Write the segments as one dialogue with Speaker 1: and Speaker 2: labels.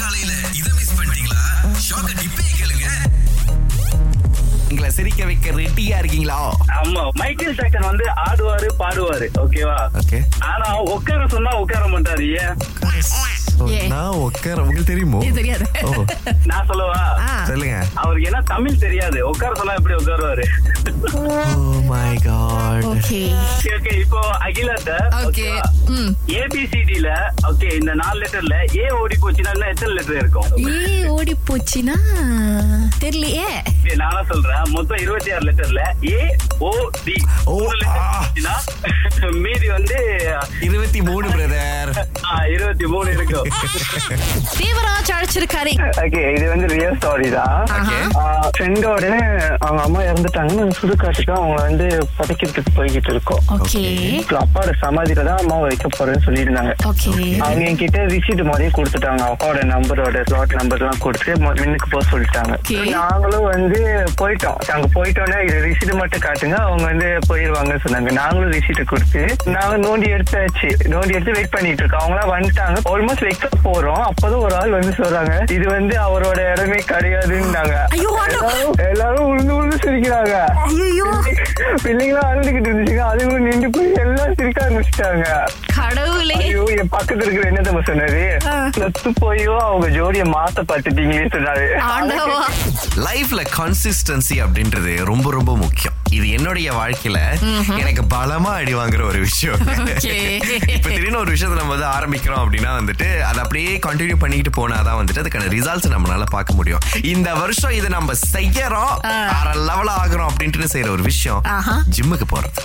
Speaker 1: காலையில இதை மிஸ் பண்ணிட்டீங்களா ஷாக்க டிப்பே கேளுங்க
Speaker 2: உங்களை சிரிக்க வைக்க ரெட்டியா இருக்கீங்களா
Speaker 3: ஆமா மைக்கேல் ஜாக்சன் வந்து ஆடுவாரு பாடுவாரு ஓகேவா
Speaker 2: ஓகே
Speaker 3: ஆனா உட்கார சொன்னா உட்கார மாட்டாரு ஏன்
Speaker 4: ஏன்?
Speaker 2: Oh, நான் உட்கார உங்களுக்கு தெரியுமோ
Speaker 4: இது தெரியாது
Speaker 2: ஓ
Speaker 3: நான் சொல்லவா
Speaker 4: ஆ.
Speaker 2: சொல்லுங்க
Speaker 3: அவருக்கு ஏன்னா தமிழ் தெரியாது உட்கார சொன்னா எப்படி உட்காருவாரு
Speaker 5: Oh.
Speaker 2: Oh my god
Speaker 4: okay
Speaker 3: okay okay இப்போ அகிலாட்ட
Speaker 4: ஓகே ம்
Speaker 3: ஏபிசிடில ஓகே இந்த நாலு லெட்டர்ல ஏ ஓடி போச்சுன்னா இன்னும் எத்தனை லெட்டர் இருக்கும்
Speaker 4: ஏ ஓடி போச்சுனா தெரியலையே
Speaker 3: சரி, நானா சொல்றேன் மொத்தம் இருபத்தி ஆறு லெட்டர்ல ஏ ஓ டி
Speaker 2: ஓ, ஆ.
Speaker 3: மீதி வந்து
Speaker 2: இருபத்தி மூணு பிரதர்
Speaker 3: இருபத்தி மூணு இருக்கும்
Speaker 4: தேவராஜ் அழைச்சிருக்காரு
Speaker 5: ஓகே இது வந்து ரியல் ஸ்டோரி தான்
Speaker 4: ஆஹா.
Speaker 5: ஃப்ரெண்டோட அவங்க அம்மா இறந்துட்டாங்க நாங்கள் சுடுகாட்டுக்கு அவங்க வந்து புதைக்கிறதுக்கு போய்கிட்டு இருக்கோம்
Speaker 4: ஓகே
Speaker 5: இப்போ அப்பாவோட சமாதியில தான் அம்மாவை வைக்க போறேன்னு சொல்லியிருந்தாங்க
Speaker 4: ஓகே
Speaker 5: அவங்க என்கிட்ட ரிசீட் மாதிரியே கொடுத்துட்டாங்க அப்பாவோட நம்பரோட ஸ்லாட் நம்பர்லாம் கொடுத்து மு- முன்னுக்கு போக சொல்லிட்டாங்க
Speaker 4: Okay.
Speaker 5: நாங்களும் வந்து போயிட்டோம் அங்க போயிட்டோன்னே இது ரிசீட் மட்டும் காட்டுங்க அவங்க வந்து போயிருவாங்கன்னு சொன்னாங்க நாங்களும் ரிசீட் கொடுத்து நாங்க நோண்டி எடுத்தாச்சு நோண்டி எடுத்து வெயிட் பண்ணிட்டு இருக்கோம் அவங்களாம் வந்துட்டாங்க ஆல்மோஸ்ட் வைக்க போறோம் அப்பதான் ஒரு ஆள் வந்து சொல்றாங்க இது வந்து அவரோட இடமே கிடையாதுன்னாங்க
Speaker 4: ஐயோ, ஆண்டவ-
Speaker 5: எல்லாரும் எல்லாரும் உழுந்து உழுந்து சிரிக்கிறாங்க
Speaker 4: ஐயோ
Speaker 5: பிள்ளைங்களாம் அழுதுகிட்டு இருந்துச்சுங்க அதுங்களும் நின்று போய் எல்லாம் சிரிக்க ஆரம்பிச்சிட்டாங்க
Speaker 4: கடவுளே
Speaker 5: ஐயோ என் பக்கத்துல இருக்கிற என்ன தம்பி சொன்னாரு
Speaker 4: ஆ.
Speaker 5: செத்து போயோ அவங்க ஜோடிய மாத்த பாத்துட்டீங்களே சொன்னாரு
Speaker 4: ஆண்டவா
Speaker 2: லைஃப்ல கன்சிஸ்டன்சி அப்படின்றது ரொம்ப ரொம்ப முக்கியம் இது என்னுடைய வாழ்க்கையில எனக்கு பலமா அடி வாங்குற ஒரு விஷயம்
Speaker 4: Okay.
Speaker 2: இப்ப திடீர்னு ஒரு விஷயத்தை நம்ம வந்து ஆரம்பிக்கிறோம் அப்படின்னா வந்துட்டு அதை அப்படியே கண்டினியூ பண்ணிக்கிட்டு போனாதான் வந்துட்டு அதுக்கான ரிசல்ட்ஸ் நம்மளால பார்க்க முடியும் இந்த வருஷம் இதை நம்ம செய்யறோம்
Speaker 4: ஆ.
Speaker 2: அரை லெவல் ஆகுறோம் அப்படின்ட்டு செய்யற ஒரு விஷயம்
Speaker 4: ஆஹா.
Speaker 2: ஜிம்முக்கு போறது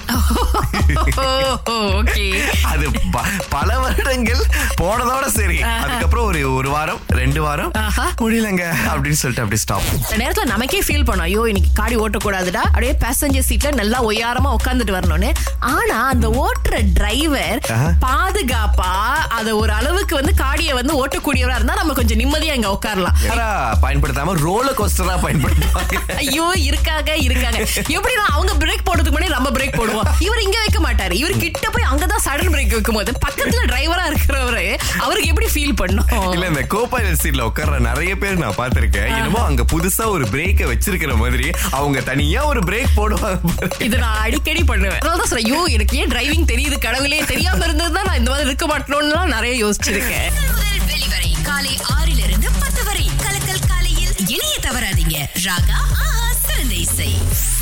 Speaker 4: ஓகே
Speaker 2: அது ப- பல வருடங்கள் போனதோட சரி அதுக்கப்புறம் ஒரு ஒரு வாரம் ரெண்டு வாரம்
Speaker 4: ஆஹா.
Speaker 2: முடியலங்க அப்படின்னு சொல்லிட்டு அப்படியே ஸ்டாப்
Speaker 4: இந்த நேரத்துல நமக்கே ஃபீல் பண்ணோம் ஐயோ இன்னைக்கு காடி ஓட்டக்கூடாதுடா அப்படியே பேசஞ்சர் சீட்ல நல்லா ஒய்யாரமா உட்காந்துட்டு வரணும்னு ஆனா அந்த ஓட்டுற டிரைவர்
Speaker 2: ஆஹா.
Speaker 4: பாதுகாப்பா அத ஒரு அளவுக்கு வந்து காடியை வந்து ஓட்டக்கூடியவரா இருந்தா நம்ம கொஞ்சம் நிம்மதியா இங்க உட்காரலாம்
Speaker 2: யாரா பயன்படுத்தாம ரோலர் கோஸ்டரா பயன்படுத்துவாங்க
Speaker 4: ஐயோ இருக்காங்க இருக்காங்க எப்படின்னா அவங்க பிரேக் போடுறதுக்கு முன்னாடி நம்ம பிரேக் போடுவோம் இவர் இங்க வைக்க மாட்டாரு இவர் கிட்ட போய் அங்கதான் சடன் பிரேக் வைக்கும் போது பக்கத்துல டிரைவரா இருக்கிறவரு அவருக்கு எப்படி ஃபீல்
Speaker 2: இல்ல
Speaker 4: பண்ணும்
Speaker 2: இந்த கோபைலட் சீட்ல உட்கார்ற நிறைய பேர் நான் பாத்திருக்கேன் என்னமோ அங்க புதுசா ஒரு பிரேக்க வச்சிருக்கிற மாதிரி அவங்க தனியா ஒரு பிரேக் போடுவாங்க பாரு.
Speaker 4: இது நான் அடிக்கடி பண்ணுவேன் அதனாலதான் சொல்றேன் ஐயோ எனக்கு ஏன் டிரைவிங் தெரியுது கடவுளே தெரியாம இருந்ததுதான் நான் இந்த மாதிரி இருக்க மாட்டேனோம்னுலாம் நிறைய யோசிச்சிருக்கேன்
Speaker 6: முதல் முதல் வெளிவரை காலை ஆறிலிருந்து பத்து வரை கலக்கல் காலையில் இணைய தவறாதீங்க ராகா ஆஹா சிறந்த இசை